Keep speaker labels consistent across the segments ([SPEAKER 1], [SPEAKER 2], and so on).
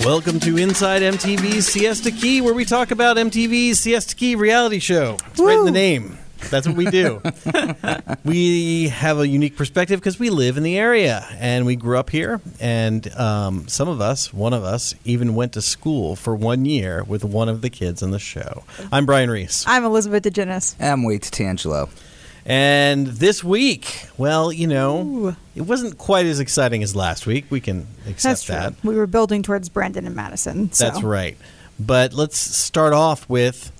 [SPEAKER 1] Welcome to Inside MTV's Siesta Key, where we talk about MTV's Siesta Key reality show. It's right in the name. That's what we do. we have a unique perspective because we live in the area and we grew up here. And um, some of us, one of us, even went to school for one year with one of the kids on the show. I'm Brian Reese.
[SPEAKER 2] I'm Elizabeth DeGenis.
[SPEAKER 3] I'm Wade Tangelo.
[SPEAKER 1] And this week, well, you know, it wasn't quite as exciting as last week. We can accept
[SPEAKER 2] That's true.
[SPEAKER 1] that.
[SPEAKER 2] We were building towards Brandon and Madison. So.
[SPEAKER 1] That's right. But let's start off with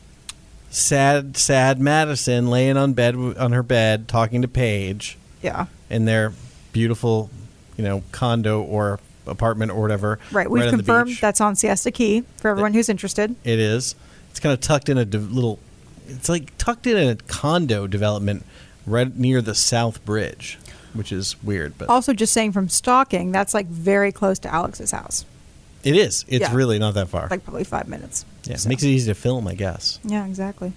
[SPEAKER 1] sad, sad Madison laying on bed on her bed talking to Paige
[SPEAKER 2] Yeah.
[SPEAKER 1] in their beautiful, you know, condo or apartment or whatever.
[SPEAKER 2] Right. We've
[SPEAKER 1] on the
[SPEAKER 2] confirmed
[SPEAKER 1] beach.
[SPEAKER 2] that's on Siesta Key for everyone who's interested.
[SPEAKER 1] it is. It's kind of tucked in a de- little. It's like tucked in a condo development right near the South Bridge, which is weird, but
[SPEAKER 2] Also, just saying from stalking, that's like very close to Alex's house,
[SPEAKER 1] it is. It's
[SPEAKER 2] Yeah.
[SPEAKER 1] really not that far.
[SPEAKER 2] like probably five minutes.
[SPEAKER 1] yeah,
[SPEAKER 2] So-
[SPEAKER 1] makes it easy to film, I guess.
[SPEAKER 2] Yeah, exactly.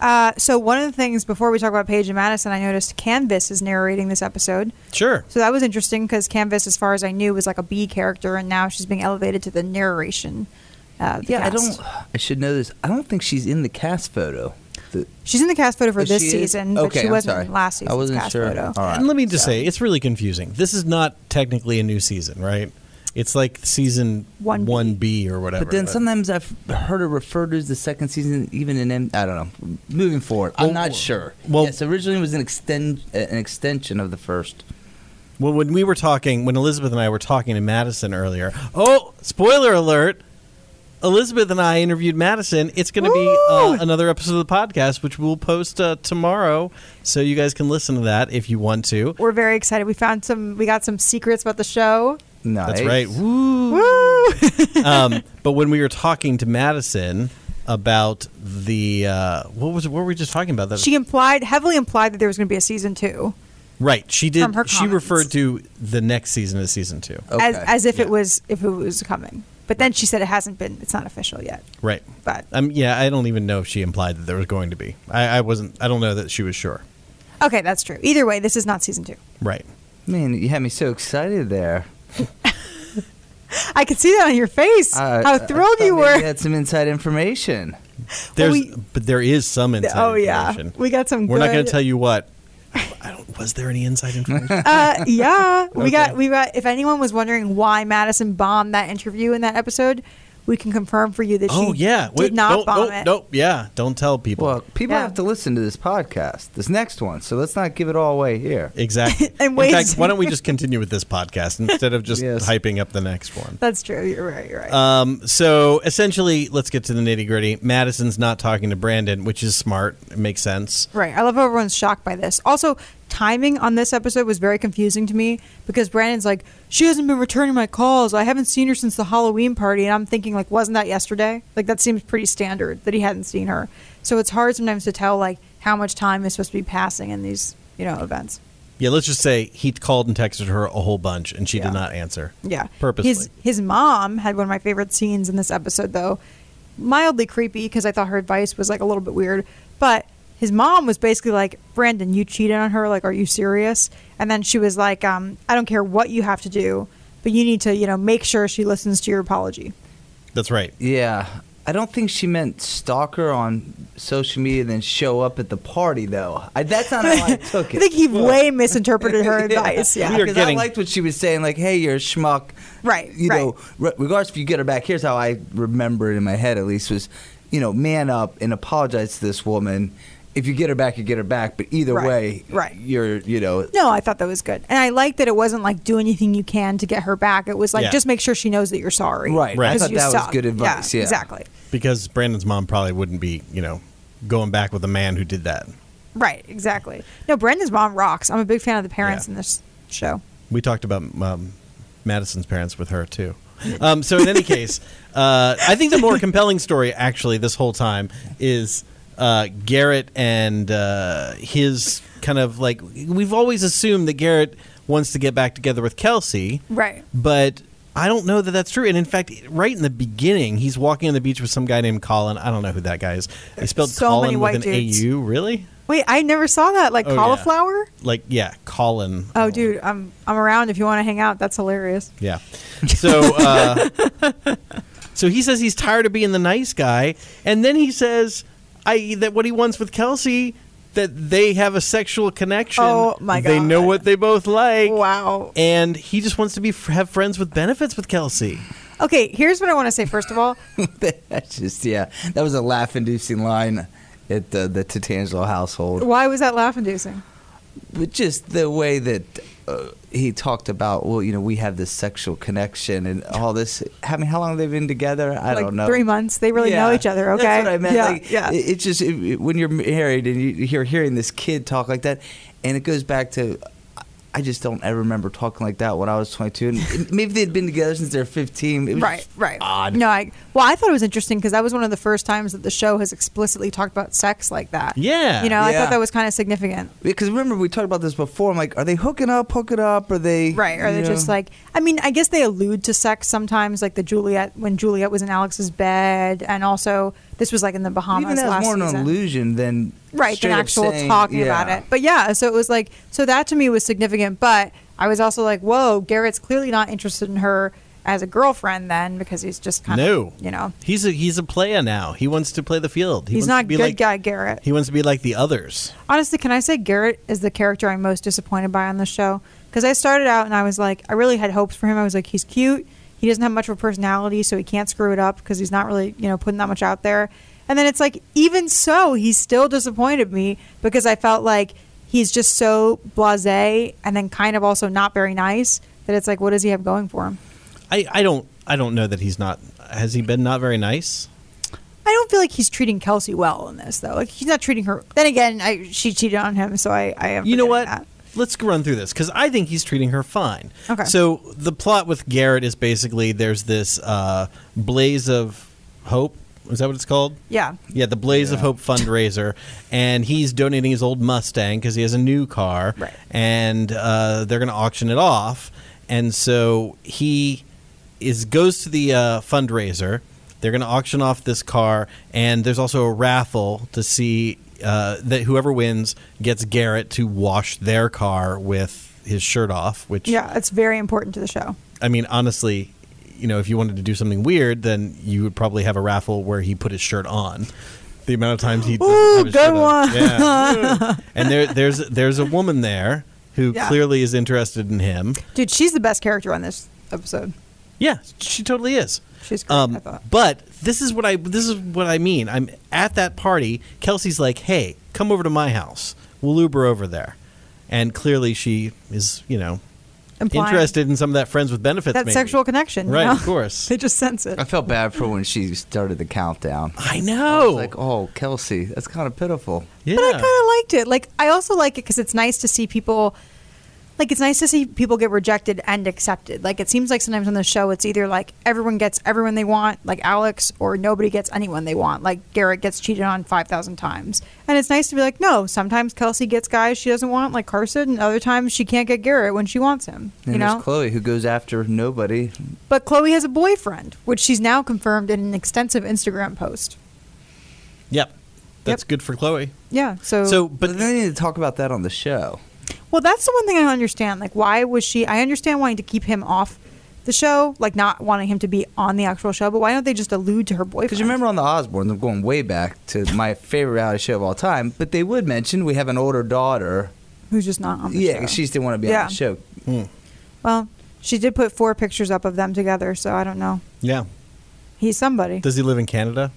[SPEAKER 2] Uh, so one of the things before we talk about Paige and Madison, I noticed Canvas is narrating this episode.
[SPEAKER 1] Sure.
[SPEAKER 2] So that was interesting because Canvas, as far as I knew, was like a B character, and now she's being elevated to the narration. Uh, of the
[SPEAKER 3] Yeah, I
[SPEAKER 2] cast.
[SPEAKER 3] don't. I should know this. I don't think she's in the cast photo. The,
[SPEAKER 2] She's in the cast photo for
[SPEAKER 3] Oh,
[SPEAKER 2] this
[SPEAKER 3] she is?
[SPEAKER 2] season, but
[SPEAKER 3] Okay,
[SPEAKER 2] she
[SPEAKER 3] I'm
[SPEAKER 2] wasn't
[SPEAKER 3] sorry.
[SPEAKER 2] in last
[SPEAKER 3] I
[SPEAKER 2] season's
[SPEAKER 3] wasn't
[SPEAKER 2] cast
[SPEAKER 3] sure.
[SPEAKER 2] photo.
[SPEAKER 3] All right.
[SPEAKER 1] And let me just
[SPEAKER 3] so-
[SPEAKER 1] say, it's really confusing. This is not technically a new season, right? It's like season
[SPEAKER 2] 1B.
[SPEAKER 1] one B or whatever.
[SPEAKER 3] But then sometimes I've heard her referred to as the second season, even in M. I don't know. Moving forward, I'm
[SPEAKER 1] Well,
[SPEAKER 3] not sure.
[SPEAKER 1] Oh, well-
[SPEAKER 3] yes, originally it was an extend uh, an extension of the first.
[SPEAKER 1] well, when we were talking, when Elizabeth and I were talking to Madison earlier, oh, spoiler alert! Elizabeth and I interviewed Madison. It's going to be uh,
[SPEAKER 2] Woo!
[SPEAKER 1] another episode of the podcast, which we'll post uh, tomorrow, so you guys can listen to that if you want to.
[SPEAKER 2] We're very excited. We found some. We got some secrets about the show.
[SPEAKER 3] No,
[SPEAKER 1] That's right. Woo!
[SPEAKER 2] Woo!
[SPEAKER 1] um, but when we were talking to Madison about the uh, what was what were we just talking about? That
[SPEAKER 2] she implied, heavily implied, that there was going to be a season two,
[SPEAKER 1] Right. She did.
[SPEAKER 2] From her
[SPEAKER 1] she
[SPEAKER 2] comments.
[SPEAKER 1] referred to the next season as season two.
[SPEAKER 3] Okay.
[SPEAKER 2] as, as if
[SPEAKER 1] Yeah.
[SPEAKER 2] it was if it was coming. But then she said it hasn't been. It's not official yet.
[SPEAKER 1] Right.
[SPEAKER 2] But
[SPEAKER 1] Um. Yeah. I don't even know if she implied that there was going to be. I, I wasn't. I don't know that she was sure.
[SPEAKER 2] okay, that's true. Either way, this is not season two.
[SPEAKER 1] Right.
[SPEAKER 3] Man, you had me so excited there.
[SPEAKER 2] I could see that on your face.
[SPEAKER 3] I- I
[SPEAKER 2] how thrilled
[SPEAKER 3] thought
[SPEAKER 2] you
[SPEAKER 3] maybe
[SPEAKER 2] were.
[SPEAKER 3] You had some inside information.
[SPEAKER 1] There's.
[SPEAKER 2] we-
[SPEAKER 1] but there is some inside.
[SPEAKER 2] oh yeah,
[SPEAKER 1] information.
[SPEAKER 2] we got some.
[SPEAKER 1] We're not going
[SPEAKER 2] good-
[SPEAKER 1] to tell you what. I don't, was there any inside information?
[SPEAKER 2] uh, yeah, we got
[SPEAKER 1] Okay.
[SPEAKER 2] we got. If anyone was wondering why Madison bombed that interview in that episode, we can confirm for you that she
[SPEAKER 1] oh yeah.
[SPEAKER 2] did
[SPEAKER 1] Wait,
[SPEAKER 2] not
[SPEAKER 1] don't,
[SPEAKER 2] bomb
[SPEAKER 1] nope,
[SPEAKER 2] it.
[SPEAKER 1] Nope. Yeah. Don't tell people.
[SPEAKER 3] Well, people
[SPEAKER 2] Yeah.
[SPEAKER 3] have to listen to this podcast, this next one. So let's not give it all away here.
[SPEAKER 1] Exactly.
[SPEAKER 2] And
[SPEAKER 1] In
[SPEAKER 2] wait-
[SPEAKER 1] fact, why don't we just continue with this podcast instead of just
[SPEAKER 3] Yes.
[SPEAKER 1] hyping up the next one?
[SPEAKER 2] That's true. You're right. You're right.
[SPEAKER 1] Um, so essentially, let's get to the nitty gritty. Madison's not talking to Brandon, which is smart. It makes sense.
[SPEAKER 2] right. I love how everyone's shocked by this. Also, timing on this episode was very confusing to me because Brandon's like, she hasn't been returning my calls. I haven't seen her since the Halloween party, and I'm thinking like, wasn't that yesterday? Like that seems pretty standard that he hadn't seen her. So it's hard sometimes to tell like how much time is supposed to be passing in these you know events.
[SPEAKER 1] Yeah, let's just say he called and texted her a whole bunch, and she
[SPEAKER 2] Yeah.
[SPEAKER 1] did not answer.
[SPEAKER 2] Yeah.
[SPEAKER 1] purposely.
[SPEAKER 2] His his mom had one of my favorite scenes in this episode though. Mildly creepy because I thought her advice was like a little bit weird, but his mom was basically like, "Brandon, you cheated on her. Like, are you serious?" And then she was like, um, "I don't care what you have to do, but you need to, you know, make sure she listens to your apology."
[SPEAKER 1] That's right.
[SPEAKER 3] Yeah. I don't think she meant stalk her on social media and then show up at the party, though. I, that's not how I
[SPEAKER 2] I
[SPEAKER 3] took it.
[SPEAKER 2] think he way misinterpreted her advice. Yeah,
[SPEAKER 1] We are
[SPEAKER 3] Because
[SPEAKER 1] getting-
[SPEAKER 3] I liked what she was saying, like, "Hey, you're a schmuck."
[SPEAKER 2] Right,
[SPEAKER 3] You
[SPEAKER 2] right.
[SPEAKER 3] know, re- regardless if you get her back. Here's how I remember it in my head, at least, was, you know, man up and apologize to this woman. If you get her back, you get her back. But either
[SPEAKER 2] Right,
[SPEAKER 3] way,
[SPEAKER 2] right.
[SPEAKER 3] You're, you know,
[SPEAKER 2] No, I thought that was good, and I liked that it wasn't like do anything you can to get her back. It was like
[SPEAKER 1] Yeah.
[SPEAKER 2] just make sure she knows that you're sorry.
[SPEAKER 3] Right,
[SPEAKER 1] Right. I
[SPEAKER 2] 'Cause
[SPEAKER 3] thought
[SPEAKER 2] you
[SPEAKER 3] that was
[SPEAKER 2] suck.
[SPEAKER 3] good advice, yeah.
[SPEAKER 2] exactly.
[SPEAKER 1] Because Brandon's mom probably wouldn't be, you know, going back with a man who did that.
[SPEAKER 2] Right, exactly. No, Brendan's mom rocks. I'm a big fan of the parents
[SPEAKER 1] Yeah.
[SPEAKER 2] in this show.
[SPEAKER 1] We talked about um, Madison's parents with her too. Um, so in any case, uh, I think the more compelling story, actually, this whole time is uh, Garrett and uh, his kind of like we've always assumed that Garrett wants to get back together with Kelsey,
[SPEAKER 2] Right.
[SPEAKER 1] But I don't know that that's true. And in fact, right in the beginning, he's walking on the beach with some guy named Colin. I don't know who that guy is. They spelled
[SPEAKER 2] so
[SPEAKER 1] Colin
[SPEAKER 2] many white
[SPEAKER 1] with an
[SPEAKER 2] dudes.
[SPEAKER 1] AU. Really?
[SPEAKER 2] Wait, I never saw that. Like
[SPEAKER 1] Oh, yeah.
[SPEAKER 2] cauliflower?
[SPEAKER 1] Like, yeah, Colin.
[SPEAKER 2] Oh, dude, I'm I'm around if you want to hang out. That's hilarious.
[SPEAKER 1] Yeah. So uh, so he says he's tired of being the nice guy, and then he says I that what he wants with Kelsey that they have a sexual connection.
[SPEAKER 2] Oh, my
[SPEAKER 1] They know
[SPEAKER 2] God.
[SPEAKER 1] what they both like.
[SPEAKER 2] Wow.
[SPEAKER 1] And he just wants to be have friends with benefits with Kelsey.
[SPEAKER 2] Okay, here's what I want to say. First of all,
[SPEAKER 3] That's just yeah. That was a laugh-inducing line at the the Tatangelo household.
[SPEAKER 2] why was that laugh inducing?
[SPEAKER 3] But just the way that uh, he talked about, well, you know, we have this sexual connection and all this. I mean, how long have they been together? I
[SPEAKER 2] like
[SPEAKER 3] don't know.
[SPEAKER 2] Three months. They really know
[SPEAKER 3] Yeah.
[SPEAKER 2] each other. Okay.
[SPEAKER 3] That's what I meant.
[SPEAKER 2] Yeah.
[SPEAKER 3] like,
[SPEAKER 2] yeah.
[SPEAKER 3] it- It's just it- it- when you're married and you- you're hearing this kid talk like that, and it goes back to. I just don't ever remember talking like that when I was 22. And maybe they'd been together since they were 15. It was
[SPEAKER 2] right. Right.
[SPEAKER 3] Odd.
[SPEAKER 2] No. I, well, I thought it was interesting because that was one of the first times that the show has explicitly talked about sex like that.
[SPEAKER 1] Yeah.
[SPEAKER 2] You know, I
[SPEAKER 3] Yeah.
[SPEAKER 2] thought that was kind of significant.
[SPEAKER 3] Because remember, we talked about this before. I'm like, are they hooking up, hooking up? Are they.
[SPEAKER 2] Right. Or
[SPEAKER 3] you
[SPEAKER 2] they're
[SPEAKER 3] know?
[SPEAKER 2] just like, I mean, I guess they allude to sex sometimes, like the Juliet, when Juliet was in Alex's bed. And also, this was like in the Bahamas
[SPEAKER 3] Even that's
[SPEAKER 2] last
[SPEAKER 3] more
[SPEAKER 2] season.
[SPEAKER 3] an illusion than.
[SPEAKER 2] right
[SPEAKER 3] straight
[SPEAKER 2] than
[SPEAKER 3] up
[SPEAKER 2] actual
[SPEAKER 3] saying-
[SPEAKER 2] talking
[SPEAKER 3] yeah.
[SPEAKER 2] about it but yeah so it was like so that to me was significant but i was also like whoa garrett's clearly not interested in her as a girlfriend then because he's just kind
[SPEAKER 1] no.
[SPEAKER 2] of Uh, you know
[SPEAKER 1] He's a he's a player now. He wants to play the field. He
[SPEAKER 2] he's
[SPEAKER 1] wants
[SPEAKER 2] not
[SPEAKER 1] to be
[SPEAKER 2] good
[SPEAKER 1] like,
[SPEAKER 2] guy garrett
[SPEAKER 1] He wants to be like the others.
[SPEAKER 2] honestly can i say garrett is the character i'm most disappointed by on this show because i started out and i was like i really had hopes for him i was like he's cute he doesn't have much of a personality so he can't screw it up because he's not really you know putting that much out there and then it's like even so he still disappointed me because i felt like he's just so blasé and then kind of also not very nice that it's like what does he have going for him
[SPEAKER 1] I, I don't I don't know that he's not has he been not very nice?
[SPEAKER 2] I don't feel like he's treating Kelsey well in this though. Like he's not treating her. Then again, I, she cheated on him, so I. I am
[SPEAKER 1] you know
[SPEAKER 2] forgetting
[SPEAKER 1] what?
[SPEAKER 2] that.
[SPEAKER 1] Let's run through this because I think he's treating her fine.
[SPEAKER 2] Okay.
[SPEAKER 1] So the plot with Garrett is basically there's this uh, blaze of hope. Is that what it's called?
[SPEAKER 2] Yeah.
[SPEAKER 1] Yeah, the Blaze of
[SPEAKER 3] Yeah.
[SPEAKER 1] Hope fundraiser, and he's donating his old Mustang because he has a new car,
[SPEAKER 2] Right.
[SPEAKER 1] and uh, they're going to auction it off. And so he is goes to the uh, fundraiser. They're going to auction off this car, and there's also a raffle to see uh, that whoever wins gets Garrett to wash their car with his shirt off. Which,
[SPEAKER 2] Yeah, it's very important to the show.
[SPEAKER 1] I mean, honestly. You know, if you wanted to do something weird, then you would probably have a raffle where he put his shirt on. The amount of times he doesn't
[SPEAKER 2] Ooh,
[SPEAKER 1] have his
[SPEAKER 2] good
[SPEAKER 1] shirt on.
[SPEAKER 2] one.
[SPEAKER 1] Yeah. and there, there's there's a woman there who
[SPEAKER 2] Yeah.
[SPEAKER 1] clearly is interested in him.
[SPEAKER 2] Dude, she's the best character on this episode.
[SPEAKER 1] Yeah, she totally is. Um,
[SPEAKER 2] She's great, I thought.
[SPEAKER 1] But this is what I this is what I mean. I'm at that party. Kelsey's like, "Hey, come over to my house. We'll Uber over there." And clearly, she is you know
[SPEAKER 2] Implying
[SPEAKER 1] interested in some of that friends with benefits.
[SPEAKER 2] That
[SPEAKER 1] maybe.
[SPEAKER 2] sexual connection. you
[SPEAKER 1] Right,
[SPEAKER 2] know?
[SPEAKER 1] of course.
[SPEAKER 2] they just sense it.
[SPEAKER 3] I felt bad for when she started the countdown.
[SPEAKER 1] I
[SPEAKER 3] I
[SPEAKER 1] know.
[SPEAKER 3] was like, oh, Kelsey, that's kind of pitiful.
[SPEAKER 1] yeah.
[SPEAKER 2] But I kind of liked it. Like, I also like it because it's nice to see people. Like it's nice to see people get rejected and accepted. Like it seems like sometimes on the show, it's either like everyone gets everyone they want, like Alex, or nobody gets anyone they want. Like Garrett gets cheated on five thousand times, and it's nice to be like, no. Sometimes Kelsey gets guys she doesn't want, like Carson, and other times she can't get Garrett when she wants him.
[SPEAKER 3] And
[SPEAKER 2] you know,
[SPEAKER 3] there's Chloe who goes after nobody.
[SPEAKER 2] But Chloe has a boyfriend, which she's now confirmed in an extensive Instagram post.
[SPEAKER 1] Yep. That's
[SPEAKER 2] Yep.
[SPEAKER 1] good for Chloe.
[SPEAKER 2] Yeah. So,
[SPEAKER 1] So,
[SPEAKER 3] But,
[SPEAKER 1] but
[SPEAKER 3] they need to talk about that on the show.
[SPEAKER 2] well, that's the one thing I don't understand. Like, why was she? I understand wanting to keep him off the show, like not wanting him to be on the actual show. But why don't they just allude to her boyfriend?
[SPEAKER 3] Because you remember on the Osbournes, I'm going way back to my favorite reality show of all time, but they would mention we have an older daughter.
[SPEAKER 2] who's just not on the show?
[SPEAKER 3] Yeah, she just didn't want to be
[SPEAKER 2] Yeah.
[SPEAKER 3] on the show.
[SPEAKER 2] Well, she did put four pictures up of them together, so I don't know.
[SPEAKER 1] yeah.
[SPEAKER 2] He's somebody.
[SPEAKER 1] Does he live in Canada?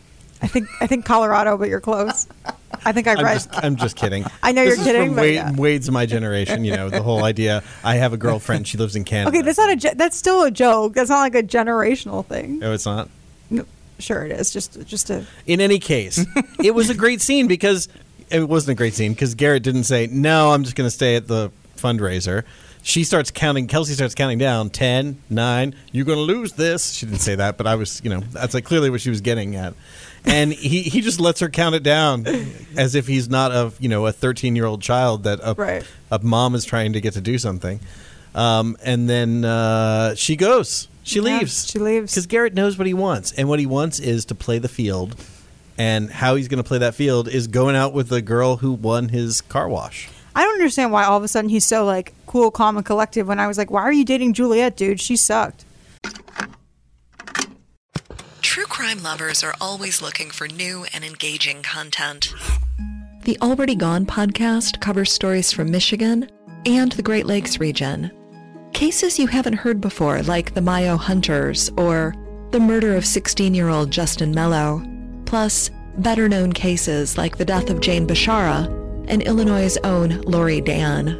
[SPEAKER 2] I think I think Colorado, but you're close. I think I
[SPEAKER 1] I'm
[SPEAKER 2] read.
[SPEAKER 1] just, I'm just kidding.
[SPEAKER 2] I know
[SPEAKER 1] This
[SPEAKER 2] you're
[SPEAKER 1] is
[SPEAKER 2] kidding,
[SPEAKER 1] From
[SPEAKER 2] but
[SPEAKER 1] Wade,
[SPEAKER 2] yeah.
[SPEAKER 1] Wade's my generation. You know the whole idea. I have a girlfriend. She lives in Canada.
[SPEAKER 2] okay, that's not a. jo- That's still a joke. That's not like a generational thing.
[SPEAKER 1] Oh, it's not.
[SPEAKER 2] No, sure, it is. Just just a.
[SPEAKER 1] In any case, it was a great scene because it wasn't a great scene because Garrett didn't say no. I'm just going to stay at the fundraiser. She starts counting. Kelsey starts counting down 10, 9. You're going to lose this. She didn't say that, but I was, you know, that's like clearly what she was getting at. And he, he just lets her count it down as if he's not a, you know, a 13 year old child that a,
[SPEAKER 2] Right.
[SPEAKER 1] a mom is trying to get to do something. Um, and then uh, she goes. She
[SPEAKER 2] Yeah,
[SPEAKER 1] leaves.
[SPEAKER 2] she leaves.
[SPEAKER 1] Because Garrett knows what he wants, and what he wants is to play the field and how he's going to play that field is going out with the girl who won his car wash.
[SPEAKER 2] I don't understand why all of a sudden he's so like cool, calm, and collected. When I was like, why are you dating Juliet, dude? She sucked.
[SPEAKER 4] True crime lovers are always looking for new and engaging content. The Already Gone podcast covers stories from Michigan and the Great Lakes region. Cases you haven't heard before, like the Mayo Hunters or the murder of 16 year old Justin Mello, plus better known cases like the death of Jane Bashara and Illinois' own Lori Dan.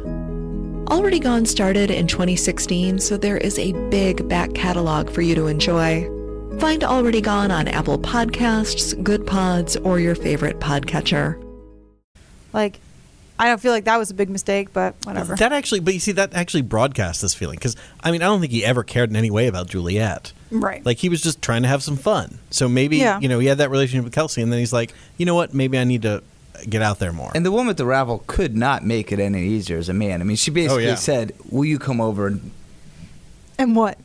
[SPEAKER 4] Already Gone started in 2016, so there is a big back catalog for you to enjoy. Find Already Gone on Apple Podcasts, Good Pods, or your favorite podcatcher.
[SPEAKER 2] Like, I don't feel like that was a big mistake, but whatever.
[SPEAKER 1] That actually, but you see, that actually broadcast this feeling because I mean, I don't think he ever cared in any way about Juliet.
[SPEAKER 2] right.
[SPEAKER 1] Like he was just trying to have some fun. So maybe
[SPEAKER 2] Yeah.
[SPEAKER 1] you know he had that relationship with Kelsey, and then he's like, you know what? Maybe I need to get out there more.
[SPEAKER 3] And the woman at the ravel could not make it any easier as a man. I mean, she basically
[SPEAKER 1] yeah.
[SPEAKER 3] said, "Will you come over?" And,
[SPEAKER 2] and what?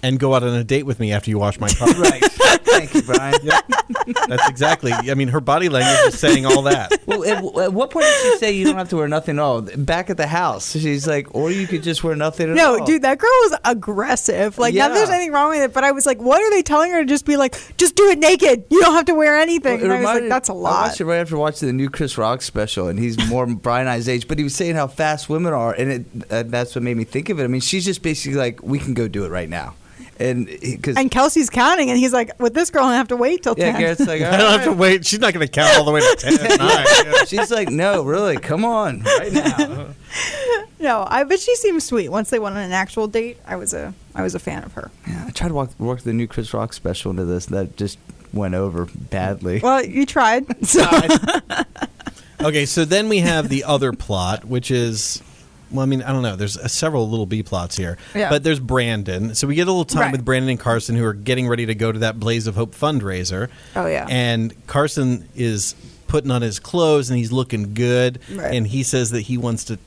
[SPEAKER 1] and go out on a date with me after you wash my car.
[SPEAKER 3] right. Thank you, Brian.
[SPEAKER 1] That's exactly. I mean, her body language is saying all that.
[SPEAKER 3] Well, at, at what point did she say you don't have to wear nothing at all? Back at the house, she's like, "Or you could just wear nothing at all."
[SPEAKER 2] No, dude, that girl was aggressive. Like, not that there's
[SPEAKER 3] Yeah.
[SPEAKER 2] anything wrong with it, but I was like, what are they telling her to just be like, just do it naked? You don't have to wear anything.
[SPEAKER 3] Well,
[SPEAKER 2] and
[SPEAKER 3] it
[SPEAKER 2] I was like,
[SPEAKER 3] reminded-
[SPEAKER 2] that's a
[SPEAKER 3] I
[SPEAKER 2] lot.
[SPEAKER 3] watched it right after watching the new Chris Rock special, and he's more Brian and I's age, but he was saying how fast women are, and it, uh, that's what made me think of it. I mean, she's just basically like, "We can go do it right now," and because
[SPEAKER 2] And Kelsey's counting, and he's like, with this girl, I have to wait till
[SPEAKER 3] yeah,
[SPEAKER 2] 10.
[SPEAKER 3] Garrett's like,
[SPEAKER 1] I don't have to wait. She's not going to count all the way to ten. All right. Yeah.
[SPEAKER 3] She's like, "No, really, come on, right now."
[SPEAKER 2] No, I but she seemed sweet. Once they went on an actual date, I was a I was a fan of her.
[SPEAKER 3] Yeah, I tried to walk, work the new Chris Rock special into this, and that just went over badly.
[SPEAKER 2] Well, you tried. So
[SPEAKER 1] Okay, so then we have the other plot, which is, well, I mean, I don't know. There's uh, several little B plots here,
[SPEAKER 2] Yeah.
[SPEAKER 1] but there's Brandon. So we get a little time
[SPEAKER 2] Right.
[SPEAKER 1] with Brandon and Carson, who are getting ready to go to that Blaze of Hope fundraiser.
[SPEAKER 2] Oh, yeah.
[SPEAKER 1] and Carson is putting on his clothes and he's looking good,
[SPEAKER 2] Right.
[SPEAKER 1] and he says that he wants to.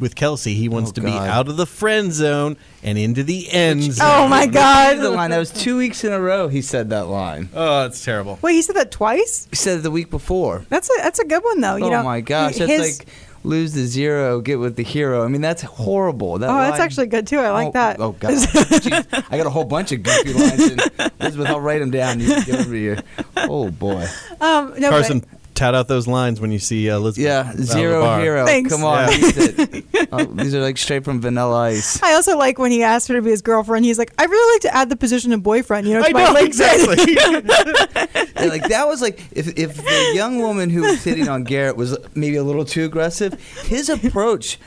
[SPEAKER 1] With Kelsey, he wants
[SPEAKER 3] Oh,
[SPEAKER 1] to be
[SPEAKER 3] God.
[SPEAKER 1] out of the friend zone and into the end zone.
[SPEAKER 2] Oh my
[SPEAKER 3] That was the
[SPEAKER 2] god.
[SPEAKER 3] line that was two weeks in a row. He said that line.
[SPEAKER 1] Oh, it's terrible.
[SPEAKER 2] Wait, he said that twice?
[SPEAKER 3] He said it the week before.
[SPEAKER 2] That's a that's a good one though. You
[SPEAKER 3] oh
[SPEAKER 2] know,
[SPEAKER 3] my gosh, that's
[SPEAKER 2] his-
[SPEAKER 3] like lose the zero, get with the hero. I mean, that's horrible. That
[SPEAKER 2] Oh, that's
[SPEAKER 3] line-
[SPEAKER 2] actually good too. I like
[SPEAKER 3] oh,
[SPEAKER 2] that.
[SPEAKER 3] Oh god, Jeez, I got a whole bunch of goofy lines. And Elizabeth, I'll write them down. You can give them to you. Oh boy,
[SPEAKER 2] Um no
[SPEAKER 1] Carson,
[SPEAKER 2] but,
[SPEAKER 1] tout out those lines when you see uh, Elizabeth. out
[SPEAKER 3] yeah,
[SPEAKER 1] of the
[SPEAKER 3] zero
[SPEAKER 1] bar.
[SPEAKER 3] hero.
[SPEAKER 2] Thanks.
[SPEAKER 3] Come on,
[SPEAKER 1] Yeah.
[SPEAKER 3] use it. Oh, these are like straight from Vanilla Ice.
[SPEAKER 2] I also like when he asked her to be his girlfriend. He's like, I really like to add the position of boyfriend. You know, to
[SPEAKER 1] I
[SPEAKER 2] my
[SPEAKER 1] know
[SPEAKER 2] LinkedIn."
[SPEAKER 1] exactly.
[SPEAKER 3] And, like that was like if if the young woman who was hitting on Garrett was maybe a little too aggressive, his approach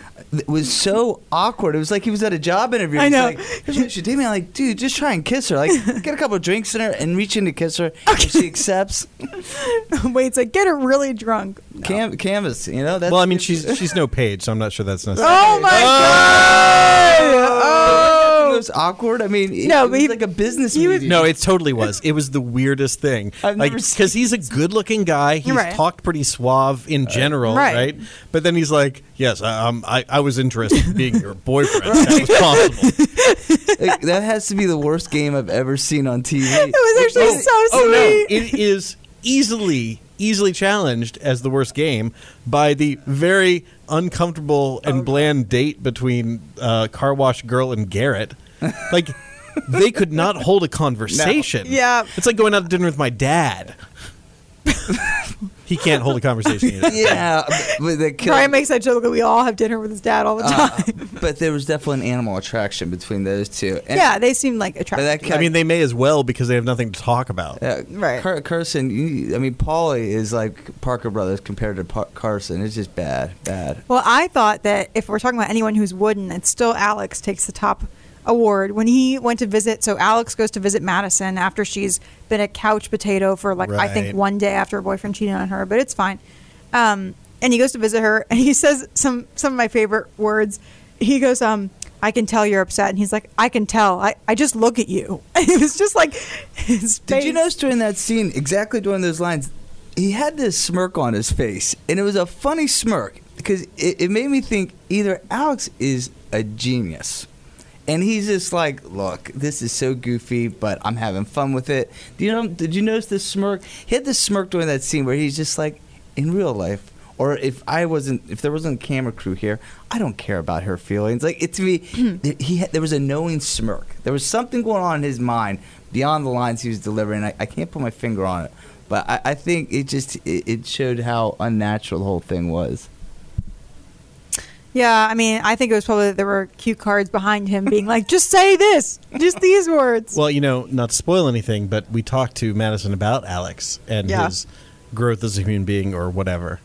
[SPEAKER 3] was so awkward. It was like he was at a job interview.
[SPEAKER 2] I
[SPEAKER 3] He's
[SPEAKER 2] know.
[SPEAKER 3] Like, Here's what you should do. me. I'm like, dude, just try and kiss her. Like, get a couple of drinks in her and reach in to kiss her. If she accepts,
[SPEAKER 2] Wait, it's like get her really drunk.
[SPEAKER 3] cam- canvas. You know. That's
[SPEAKER 1] Well, I mean, she's she's no page, so I'm not sure that's necessary.
[SPEAKER 2] Oh my
[SPEAKER 3] the
[SPEAKER 2] god.
[SPEAKER 3] most awkward. I mean, it-
[SPEAKER 2] No,
[SPEAKER 3] it
[SPEAKER 2] but
[SPEAKER 3] was
[SPEAKER 2] he-
[SPEAKER 3] like a business
[SPEAKER 2] he was-
[SPEAKER 3] meeting.
[SPEAKER 1] Oh. No, it totally was. It was the weirdest thing.
[SPEAKER 3] I've
[SPEAKER 1] like,
[SPEAKER 3] never seen-
[SPEAKER 1] because he's a good-looking guy. He's
[SPEAKER 2] Right.
[SPEAKER 1] talked pretty suave in general,
[SPEAKER 2] right.
[SPEAKER 1] right. But then he's like, "Yes, I, um, I, I was interested in being your boyfriend. That was possible."
[SPEAKER 3] Like, that has to be the worst game I've ever seen on TV. It
[SPEAKER 2] was actually so
[SPEAKER 1] oh
[SPEAKER 2] sweet.
[SPEAKER 1] no, it is easily easily challenged as the worst game by the very uncomfortable and bland date between uh, car wash girl and Garrett. Like. They could not hold a conversation.
[SPEAKER 2] Yeah.
[SPEAKER 1] It's like going out to dinner with my dad. he can't hold a conversation either.
[SPEAKER 3] Yeah, but that killed-
[SPEAKER 2] Brian makes that joke that we all have dinner with his dad all the time.
[SPEAKER 3] Uh, but there was definitely an animal attraction between those two. And
[SPEAKER 2] yeah, they seem like
[SPEAKER 3] but
[SPEAKER 2] attractive.
[SPEAKER 3] that
[SPEAKER 1] I mean, they may as well because they have nothing to talk about.
[SPEAKER 3] uh,
[SPEAKER 2] Right.
[SPEAKER 3] Car- Carson. You, I mean, Paulie is like Parker Brothers compared to Par- Carson. It's just bad, bad.
[SPEAKER 2] Well, I thought that if we're talking about anyone who's wooden, it's still Alex takes the top award when he went to visit. So Alex goes to visit Madison after she's been a couch potato for like I think
[SPEAKER 1] Right.
[SPEAKER 2] one day after her boyfriend cheated on her, but it's fine. Um, and he goes to visit her, and he says some some of my favorite words. He goes, um. I can tell you're upset, and he's like, "I can tell. I, I just look at you." it was just like his
[SPEAKER 3] Did you
[SPEAKER 2] face.
[SPEAKER 3] notice during that scene, exactly during those lines, he had this smirk on his face, and it was a funny smirk because it, it made me think either Alex is a genius and he's just like, "Look, this is so goofy, but I'm having fun with it." Do you know? Did you notice the smirk? He had this smirk during that scene where he's just like, "In real life, or if I wasn't, if there wasn't a camera crew here, I don't care about her feelings." Like it to me, th- he had, there was a knowing smirk. There was something going on in his mind beyond the lines he was delivering. I, I can't put my finger on it, but I, I think it just it, it showed how unnatural the whole thing was.
[SPEAKER 2] Yeah, I mean, I think it was probably that there were cue cards behind him being like, just say this, just these words.
[SPEAKER 1] Well, you know, not to spoil anything, but we talked to Madison about Alex and
[SPEAKER 2] Yeah.
[SPEAKER 1] his growth as a human being or whatever.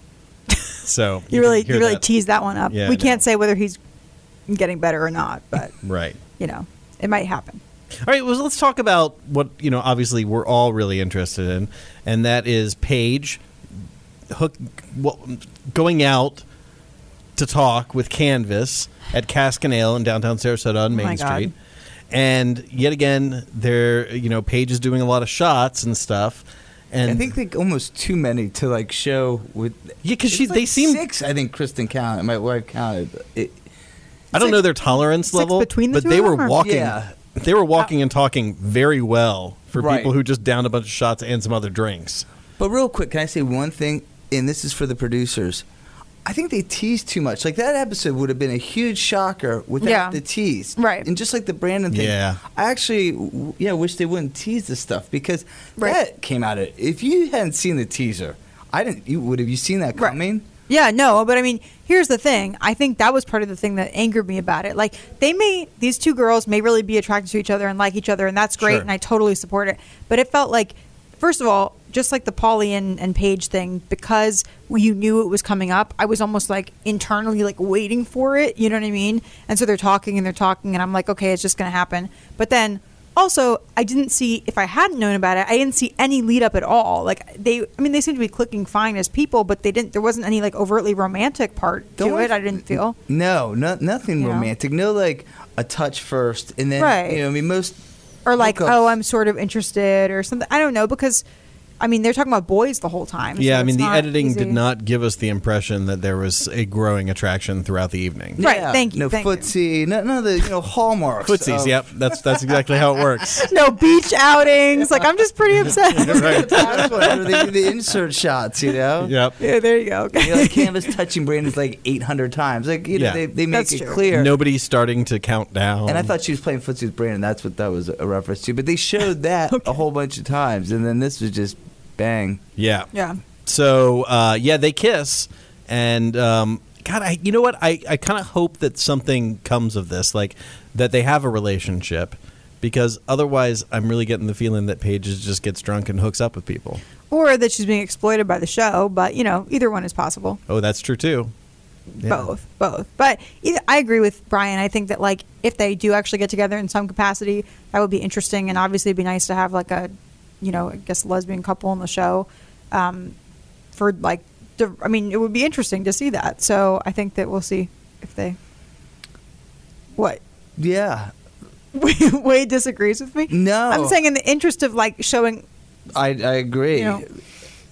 [SPEAKER 1] So
[SPEAKER 2] you,
[SPEAKER 1] can
[SPEAKER 2] really,
[SPEAKER 1] hear
[SPEAKER 2] you really
[SPEAKER 1] that.
[SPEAKER 2] tease that one up.
[SPEAKER 1] Yeah, I
[SPEAKER 2] we can't
[SPEAKER 1] know.
[SPEAKER 2] say whether he's getting better or not, but
[SPEAKER 1] right.
[SPEAKER 2] you know, it might happen.
[SPEAKER 1] All right, well, let's talk about what you know. Obviously, we're all really interested in, and that is Paige hook well, going out to talk with Canvas at Cask and Ale in downtown Sarasota on Main
[SPEAKER 2] Oh my God.
[SPEAKER 1] Street. And yet again, there you know Paige is doing a lot of shots and stuff. And
[SPEAKER 3] I think like almost too many to like show with.
[SPEAKER 1] Yeah, 'cause
[SPEAKER 3] It
[SPEAKER 1] she-
[SPEAKER 3] was,
[SPEAKER 1] they
[SPEAKER 3] like,
[SPEAKER 1] seem-
[SPEAKER 3] six. I think Kristen counted. My wife counted. It,
[SPEAKER 1] I don't
[SPEAKER 2] Six-
[SPEAKER 1] know their tolerance
[SPEAKER 2] six
[SPEAKER 1] level
[SPEAKER 2] between the
[SPEAKER 1] but
[SPEAKER 2] two
[SPEAKER 1] they
[SPEAKER 2] of
[SPEAKER 1] were
[SPEAKER 2] them, Uh, or-
[SPEAKER 1] walking.
[SPEAKER 3] Yeah.
[SPEAKER 1] They were walking and talking very well for
[SPEAKER 3] Right.
[SPEAKER 1] people who just downed a bunch of shots and some other drinks.
[SPEAKER 3] But real quick, can I say one thing? And this is for the producers. I think they teased too much. Like that episode would have been a huge shocker without
[SPEAKER 2] Yeah.
[SPEAKER 3] the tease,
[SPEAKER 2] Right.
[SPEAKER 3] And just like the Brandon thing,
[SPEAKER 1] Yeah.
[SPEAKER 3] I actually, w- yeah, wish they wouldn't tease this stuff because
[SPEAKER 2] Right.
[SPEAKER 3] that came out. Of, if you hadn't seen the teaser, I didn't. You would have you seen that
[SPEAKER 2] Right.
[SPEAKER 3] coming?
[SPEAKER 2] Yeah, no, but I mean, here's the thing. I think that was part of the thing that angered me about it. Like, they may, these two girls may really be attracted to each other and like each other, and that's great,
[SPEAKER 1] Sure.
[SPEAKER 2] and I totally support it. But it felt like, first of all, just like the Polly and, and Paige thing, because you knew it was coming up, I was almost like internally like waiting for it. You know what I mean? And so they're talking and they're talking, and I'm like, okay, it's just going to happen. But then also, I didn't see if I hadn't known about it, I didn't see any lead up at all. Like they, I mean, they seemed to be clicking fine as people, but they didn't. There wasn't any like overtly romantic part
[SPEAKER 3] The
[SPEAKER 2] to
[SPEAKER 3] only-
[SPEAKER 2] it. I didn't feel.
[SPEAKER 3] No, no nothing
[SPEAKER 2] You know?
[SPEAKER 3] romantic. No, like a touch first, and then
[SPEAKER 2] Right.
[SPEAKER 3] you know. I mean, most
[SPEAKER 2] Or like,
[SPEAKER 3] hookups-
[SPEAKER 2] oh, I'm sort of interested or something. I don't know because, I mean, they're talking about boys the whole time. so
[SPEAKER 1] Yeah, I mean
[SPEAKER 2] it's
[SPEAKER 1] the
[SPEAKER 2] not
[SPEAKER 1] editing
[SPEAKER 2] easy.
[SPEAKER 1] did not give us the impression that there was a growing attraction throughout the evening.
[SPEAKER 2] Right, thank you,
[SPEAKER 3] No
[SPEAKER 2] thank you.
[SPEAKER 3] footsie. No, none of the you know hallmarks.
[SPEAKER 1] Footsies,
[SPEAKER 3] of-
[SPEAKER 1] yep, that's that's exactly how it works.
[SPEAKER 2] No beach outings. Like I'm just pretty upset.
[SPEAKER 1] Right.
[SPEAKER 3] That's what where they do the insert shots, you know?
[SPEAKER 1] Yep.
[SPEAKER 2] yeah, there you go.
[SPEAKER 3] You know, like canvas touching Brandon's like 800 times. Like, you know,
[SPEAKER 1] Yeah.
[SPEAKER 3] they, they make
[SPEAKER 2] That's
[SPEAKER 3] it
[SPEAKER 2] true.
[SPEAKER 3] clear.
[SPEAKER 1] Nobody starting to count down.
[SPEAKER 3] And I thought she was playing footsie with Brandon. That's what that was a reference to. But they showed that a whole bunch of times. And then this was just bang.
[SPEAKER 1] yeah,
[SPEAKER 2] Yeah.
[SPEAKER 1] So uh, yeah, they kiss, and um, God, I you know what? I, I kind of hope that something comes of this, like that they have a relationship, because otherwise, I'm really getting the feeling that Paige is- just gets drunk and hooks up with people.
[SPEAKER 2] Or that she's being exploited by the show, but you know, either one is possible.
[SPEAKER 1] Oh, that's true too. Yeah.
[SPEAKER 2] both both but either, i agree with brian i think that like if they do actually get together in some capacity that would be interesting and obviously it'd be nice to have like a you know i guess lesbian couple on the show um, for like div- i mean it would be interesting to see that so i think that we'll see if they what
[SPEAKER 3] Yeah.
[SPEAKER 2] Wade disagrees with me.
[SPEAKER 3] No.
[SPEAKER 2] I'm saying in the interest of like showing.
[SPEAKER 3] I, I agree.
[SPEAKER 2] You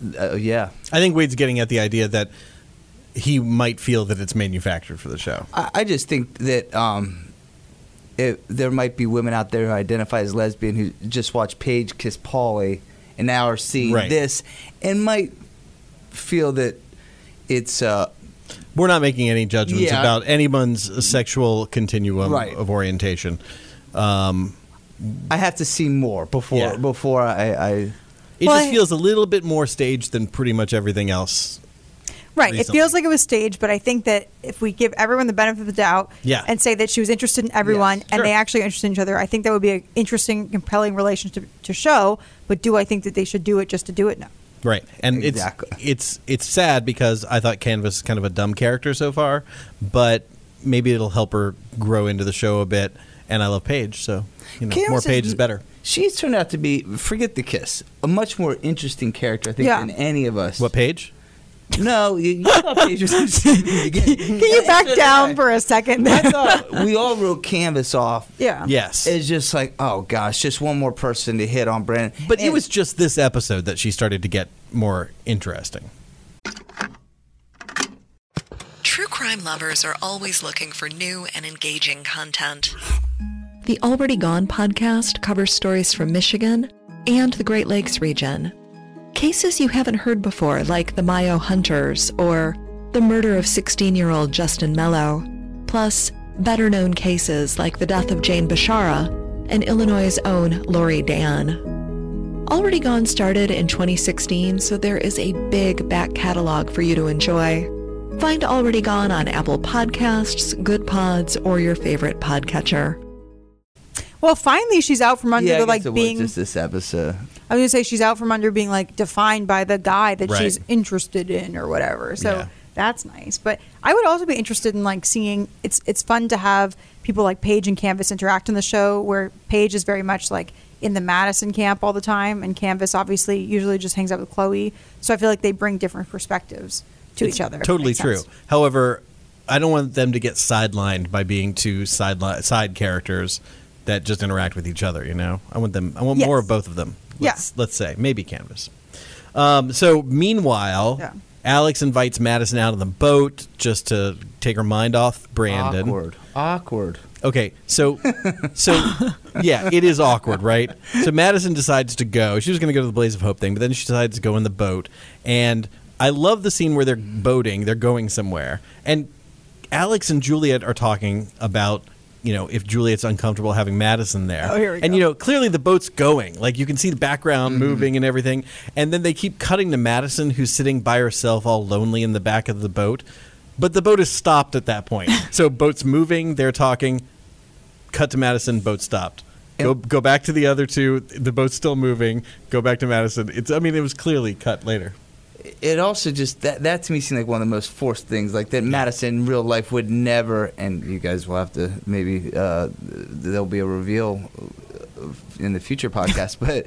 [SPEAKER 2] know.
[SPEAKER 3] Uh, yeah.
[SPEAKER 1] I think Wade's getting at the idea that he might feel that it's manufactured for the show.
[SPEAKER 3] I, I just think that um, it, there might be women out there who identify as lesbian who just watch Paige kiss Paulie and now are seeing
[SPEAKER 1] Right.
[SPEAKER 3] this and might feel that it's uh,
[SPEAKER 1] We're not making any judgments
[SPEAKER 3] Yeah.
[SPEAKER 1] about anyone's sexual continuum
[SPEAKER 3] Right.
[SPEAKER 1] of orientation. Um,
[SPEAKER 3] I have to see more before
[SPEAKER 1] Yeah.
[SPEAKER 3] before I, I
[SPEAKER 1] it
[SPEAKER 2] Well,
[SPEAKER 1] just
[SPEAKER 2] I-
[SPEAKER 1] feels a little bit more staged than pretty much everything else.
[SPEAKER 2] Right.
[SPEAKER 1] Recently.
[SPEAKER 2] It feels like it was staged, but I think that if we give everyone the benefit of the doubt
[SPEAKER 1] Yeah.
[SPEAKER 2] and say that she was interested in everyone
[SPEAKER 1] Yes.
[SPEAKER 2] and
[SPEAKER 1] Sure.
[SPEAKER 2] they actually are interested in each other, I think that would be an interesting, compelling relationship to show. But do I think that they should do it just to do it? No.
[SPEAKER 1] Right, and
[SPEAKER 3] Exactly.
[SPEAKER 1] it's it's it's sad because I thought Canvas is kind of a dumb character so far, but maybe it'll help her grow into the show a bit. And I love Paige, so you know, more
[SPEAKER 3] Candace
[SPEAKER 1] Paige is better.
[SPEAKER 3] She's turned out to be forget the kiss, a much more interesting character I think
[SPEAKER 2] Yeah.
[SPEAKER 3] than any of us.
[SPEAKER 1] What Paige?
[SPEAKER 3] No, you, you thought Paige was interesting in the beginning.
[SPEAKER 2] Can you back down for a second?
[SPEAKER 3] I thought we all wrote Canvas off
[SPEAKER 2] yeah.
[SPEAKER 1] Yes,
[SPEAKER 3] It's just like, oh gosh, just one more person to hit on Brandon.
[SPEAKER 1] but it
[SPEAKER 3] And-
[SPEAKER 1] was just this episode that she started to get more interesting.
[SPEAKER 4] True crime lovers are always looking for new and engaging content. The Already Gone podcast covers stories from Michigan and the Great Lakes region. Cases you haven't heard before, like the Mayo Hunters or the murder of 16 year old Justin Mello, plus better known cases like the death of Jane Bashara and Illinois' own Lori Dan. Already Gone started in 2016, so there is a big back catalog for you to enjoy. Find Already Gone on Apple Podcasts, Good Pods, or your favorite podcatcher.
[SPEAKER 2] Well, finally, she's out from under
[SPEAKER 3] yeah, I
[SPEAKER 2] the
[SPEAKER 3] guess
[SPEAKER 2] like
[SPEAKER 3] it was
[SPEAKER 2] being.
[SPEAKER 3] just this episode.
[SPEAKER 2] I was gonna say she's out from under being like defined by the guy that
[SPEAKER 1] Right.
[SPEAKER 2] she's interested in or whatever. So
[SPEAKER 1] Yeah.
[SPEAKER 2] that's nice. But I would also be interested in like seeing. It's it's fun to have people like Paige and Canvas interact in the show, where Paige is very much like in the Madison camp all the time, and Canvas obviously usually just hangs out with Chloe. So I feel like they bring different perspectives to each other. if that
[SPEAKER 1] Totally
[SPEAKER 2] makes
[SPEAKER 1] true.
[SPEAKER 2] sense.
[SPEAKER 1] However, I don't want them to get sidelined by being two sideline side characters that just interact with each other. You know, I want them. I want
[SPEAKER 2] Yes.
[SPEAKER 1] more of both of them.
[SPEAKER 2] Yeah.
[SPEAKER 1] Let's, let's say maybe Canvas. Um, so meanwhile,
[SPEAKER 2] Yeah.
[SPEAKER 1] Alex invites Madison out on the boat just to take her mind off Brandon.
[SPEAKER 3] Awkward. Awkward.
[SPEAKER 1] Okay, so so yeah, it is awkward, right? So Madison decides to go. She was going to go to the Blaze of Hope thing, but then she decides to go in the boat. And I love the scene where they're boating, they're going somewhere. And Alex and Juliet are talking about, you know, if Juliet's uncomfortable having Madison there.
[SPEAKER 2] Oh, here we
[SPEAKER 1] and
[SPEAKER 2] go.
[SPEAKER 1] you know, clearly the boat's going. Like you can see the background moving and everything. And then they keep cutting to Madison who's sitting by herself all lonely in the back of the boat. But the boat is stopped at that point. So boat's moving, they're talking cut to Madison, boat stopped. Go
[SPEAKER 3] Yep.
[SPEAKER 1] go back to the other two. The boat's still moving. Go back to Madison. It's I mean it was clearly cut later.
[SPEAKER 3] It also just that that to me seemed like one of the most forced things, like that Madison in real life would never. And you guys will have to maybe uh, there'll be a reveal uh, in the future podcast, but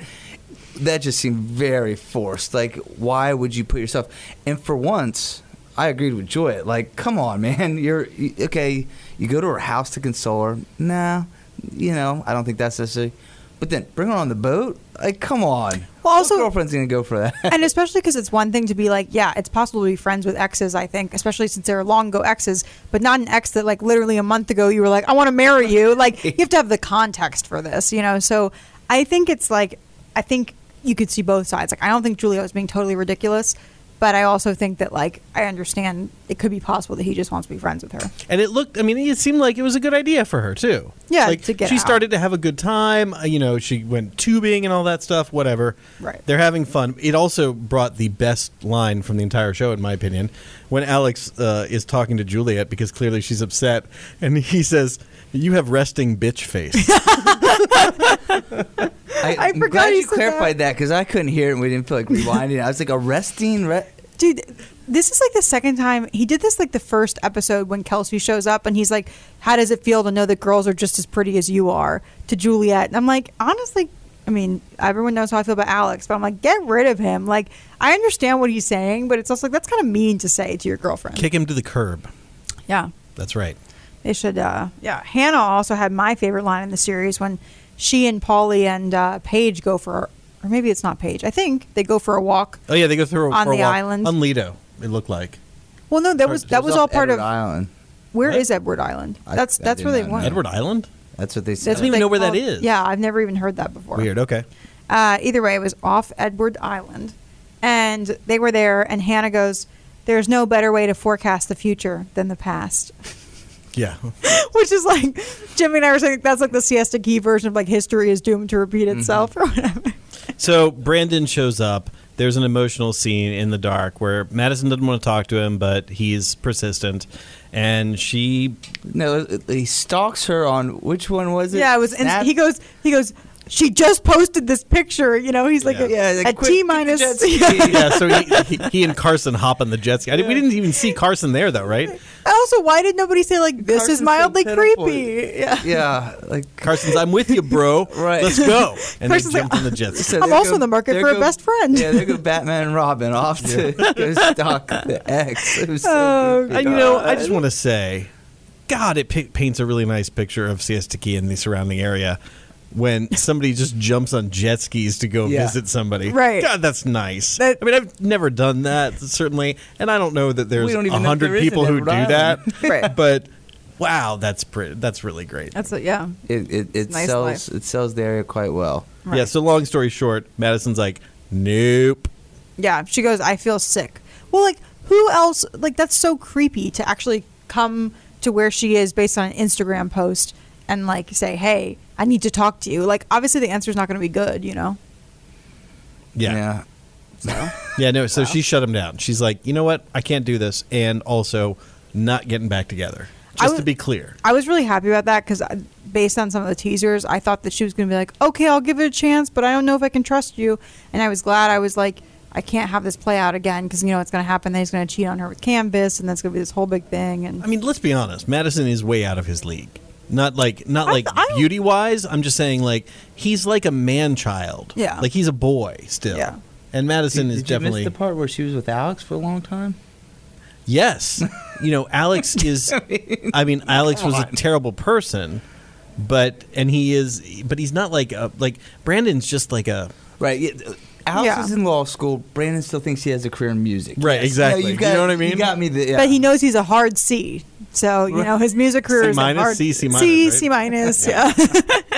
[SPEAKER 3] that just seemed very forced. Like, why would you put yourself? And for once, I agreed with Joy. Like, come on, man, you're you- okay. You go to her house to console her. Nah, you know, I don't think that's necessary. But then bring her on the boat. Like, come on.
[SPEAKER 2] Well, also-
[SPEAKER 3] what girlfriend's gonna go for that.
[SPEAKER 2] and especially because it's one thing to be like, yeah, it's possible to be friends with exes. I think, especially since they're long ago exes, but not an ex that like literally a month ago you were like, I want to marry you. Like you have to have the context for this, you know. So I think it's like, I think you could see both sides. Like I don't think Julio is being totally ridiculous, but I also think that like I understand it could be possible that he just wants to be friends with her.
[SPEAKER 1] And it looked I mean it seemed like it was a good idea for her too.
[SPEAKER 2] Yeah,
[SPEAKER 1] like,
[SPEAKER 2] to get
[SPEAKER 1] She
[SPEAKER 2] out.
[SPEAKER 1] started to have a good time. Uh, You know, she went tubing and all that stuff. Whatever.
[SPEAKER 2] Right.
[SPEAKER 1] They're having fun. It also brought the best line from the entire show, in my opinion, when Alex uh, is talking to Juliet because clearly she's upset, and he says, "You have resting bitch face."
[SPEAKER 3] I,
[SPEAKER 2] I
[SPEAKER 3] am
[SPEAKER 2] forgot
[SPEAKER 3] glad
[SPEAKER 2] he
[SPEAKER 3] you
[SPEAKER 2] said
[SPEAKER 3] clarified that because I couldn't hear it and we didn't feel like rewinding. it. I was like arresting. Re-
[SPEAKER 2] Dude, this is like the second time he did this. Like the first episode when Kelsey shows up and he's like, "How does it feel to know that girls are just as pretty as you are?" To Juliet, and I'm like, honestly, I mean, everyone knows how I feel about Alex, but I'm like, get rid of him. Like, I understand what he's saying, but it's also like that's kind of mean to say to your girlfriend.
[SPEAKER 1] Kick him to the curb.
[SPEAKER 2] yeah,
[SPEAKER 1] That's right.
[SPEAKER 2] they should. Uh, yeah, Hannah also had my favorite line in the series when she and Polly and uh, Paige go for, or maybe it's not Paige. I think they go for a walk.
[SPEAKER 1] Oh yeah, they go through a,
[SPEAKER 2] On
[SPEAKER 1] for a
[SPEAKER 2] the
[SPEAKER 1] walk.
[SPEAKER 2] island.
[SPEAKER 1] on Lido. It looked like
[SPEAKER 2] Well, no, that was
[SPEAKER 1] Sorry,
[SPEAKER 2] that was all
[SPEAKER 3] off
[SPEAKER 2] part
[SPEAKER 3] Edward
[SPEAKER 2] of.
[SPEAKER 3] Island.
[SPEAKER 2] Where is
[SPEAKER 1] What?
[SPEAKER 2] Edward Island?
[SPEAKER 3] I-
[SPEAKER 2] That's
[SPEAKER 3] I
[SPEAKER 2] that's
[SPEAKER 3] did
[SPEAKER 2] where they
[SPEAKER 3] not
[SPEAKER 2] went.
[SPEAKER 3] know.
[SPEAKER 1] Edward Island.
[SPEAKER 3] That's what they said.
[SPEAKER 2] That's
[SPEAKER 1] I don't
[SPEAKER 2] what
[SPEAKER 1] even know where
[SPEAKER 2] they
[SPEAKER 1] that
[SPEAKER 2] called-
[SPEAKER 1] is.
[SPEAKER 2] Yeah, I've never even heard that before.
[SPEAKER 1] Weird. Okay.
[SPEAKER 2] Uh, either way, it was off Edward Island, and they were there. And Hannah goes, "There's no better way to forecast the future than the past,"
[SPEAKER 1] Yeah.
[SPEAKER 2] which is like Jimmy and I were saying that's like the siesta key version of like history is doomed to repeat
[SPEAKER 1] Mm-hmm.
[SPEAKER 2] itself or whatever.
[SPEAKER 1] So Brandon shows up. There's an emotional scene in the dark where Madison doesn't want to talk to him, but he's persistent, and she
[SPEAKER 3] no, he stalks her on which one was it?
[SPEAKER 2] Yeah, it was.
[SPEAKER 3] Snap?
[SPEAKER 2] And he goes, he goes. She just posted this picture. You know, he's like
[SPEAKER 1] Yeah.
[SPEAKER 2] a,
[SPEAKER 3] Yeah, like,
[SPEAKER 2] a
[SPEAKER 3] quick,
[SPEAKER 2] T
[SPEAKER 3] get the
[SPEAKER 2] minus.
[SPEAKER 3] jet ski.
[SPEAKER 1] yeah. So he, he, he and Carson hop on the jet ski. I didn't- We didn't even see Carson there though, right?
[SPEAKER 2] Also, why did nobody say like this
[SPEAKER 3] Carson's
[SPEAKER 2] is
[SPEAKER 3] so
[SPEAKER 2] mildly
[SPEAKER 3] pitiful.
[SPEAKER 2] creepy? Yeah.
[SPEAKER 3] yeah, like
[SPEAKER 1] Carson's, I'm with you, bro.
[SPEAKER 3] Right.
[SPEAKER 1] Let's go. And
[SPEAKER 2] Carson's
[SPEAKER 1] they
[SPEAKER 2] like,
[SPEAKER 1] jumped on the jet ski.
[SPEAKER 3] so
[SPEAKER 2] I'm
[SPEAKER 3] there
[SPEAKER 2] also in the market
[SPEAKER 3] there
[SPEAKER 2] for a best friend.
[SPEAKER 3] Yeah, there go Batman and Robin off to go stalk the ex. It was so
[SPEAKER 2] Oh,
[SPEAKER 3] goofy.
[SPEAKER 1] I, you know,
[SPEAKER 3] Uh,
[SPEAKER 1] I just want to say, God, it pi paints a really nice picture of Siesta Key and the surrounding area when somebody just jumps on jet skis to go
[SPEAKER 3] Yeah.
[SPEAKER 1] visit somebody.
[SPEAKER 2] Right.
[SPEAKER 1] God, that's nice.
[SPEAKER 2] That-
[SPEAKER 1] I mean, I've never done that, certainly, and I don't know that there's
[SPEAKER 3] We don't
[SPEAKER 1] a
[SPEAKER 3] even know if
[SPEAKER 1] hundred
[SPEAKER 3] there is
[SPEAKER 1] people
[SPEAKER 3] in
[SPEAKER 1] who do
[SPEAKER 3] Rhode Island.
[SPEAKER 1] that.
[SPEAKER 2] Right.
[SPEAKER 1] But wow, that's pretty, that's really great.
[SPEAKER 2] That's it. Yeah.
[SPEAKER 3] It it, it
[SPEAKER 2] Nice
[SPEAKER 3] sells
[SPEAKER 2] life.
[SPEAKER 3] it sells the area quite well.
[SPEAKER 2] Right.
[SPEAKER 1] Yeah. So long story short, Madison's like, nope.
[SPEAKER 2] Yeah. She goes, I feel sick. Well, like, who else? Like, that's so creepy to actually come to where she is based on an Instagram post and, like, say, hey, I need to talk to you. Like, obviously, the answer's not going to be good, you know?
[SPEAKER 1] Yeah. Yeah. no. So she shut him down. She's like, you know what? I can't do this, and also not getting back together.
[SPEAKER 2] I
[SPEAKER 1] Just to
[SPEAKER 2] would-
[SPEAKER 1] be clear.
[SPEAKER 2] I was really happy about that because based on some of the teasers, I thought that she was going to be like, okay, I'll give it a chance, but I don't know if I can trust you. And I was glad I was like, I can't have this play out again because, you know, it's going to happen. Then he's going to cheat on her with Canvas, and that's going to be this whole big thing. And
[SPEAKER 1] I mean, let's be honest. Madison is way out of his league. Not like not
[SPEAKER 2] I
[SPEAKER 1] like
[SPEAKER 2] th- I don't-
[SPEAKER 1] beauty wise. I'm just saying like he's like a man child.
[SPEAKER 2] Yeah.
[SPEAKER 1] Like he's a boy still.
[SPEAKER 2] Yeah.
[SPEAKER 1] And Madison
[SPEAKER 3] did,
[SPEAKER 1] is
[SPEAKER 3] did
[SPEAKER 1] definitely
[SPEAKER 3] you miss the part where she was with Alex for a long time?
[SPEAKER 1] yes. you know, Alex is. I mean, Alex was a terrible person, but and he is, but he's not like a like Brandon's just like a
[SPEAKER 3] Right. yeah, uh, Alex
[SPEAKER 2] Yeah.
[SPEAKER 3] is in law school. Brandon still thinks he has a career in music.
[SPEAKER 1] Right, exactly.
[SPEAKER 3] No,
[SPEAKER 1] You
[SPEAKER 3] you've got,
[SPEAKER 1] know what I mean?
[SPEAKER 3] You got me. The, yeah.
[SPEAKER 2] But he knows he's a hard C. So, you know, his music career
[SPEAKER 1] C
[SPEAKER 2] is a
[SPEAKER 1] minus?
[SPEAKER 2] hard
[SPEAKER 1] C, C minus,
[SPEAKER 2] C,
[SPEAKER 1] right?
[SPEAKER 2] C minus. Yeah.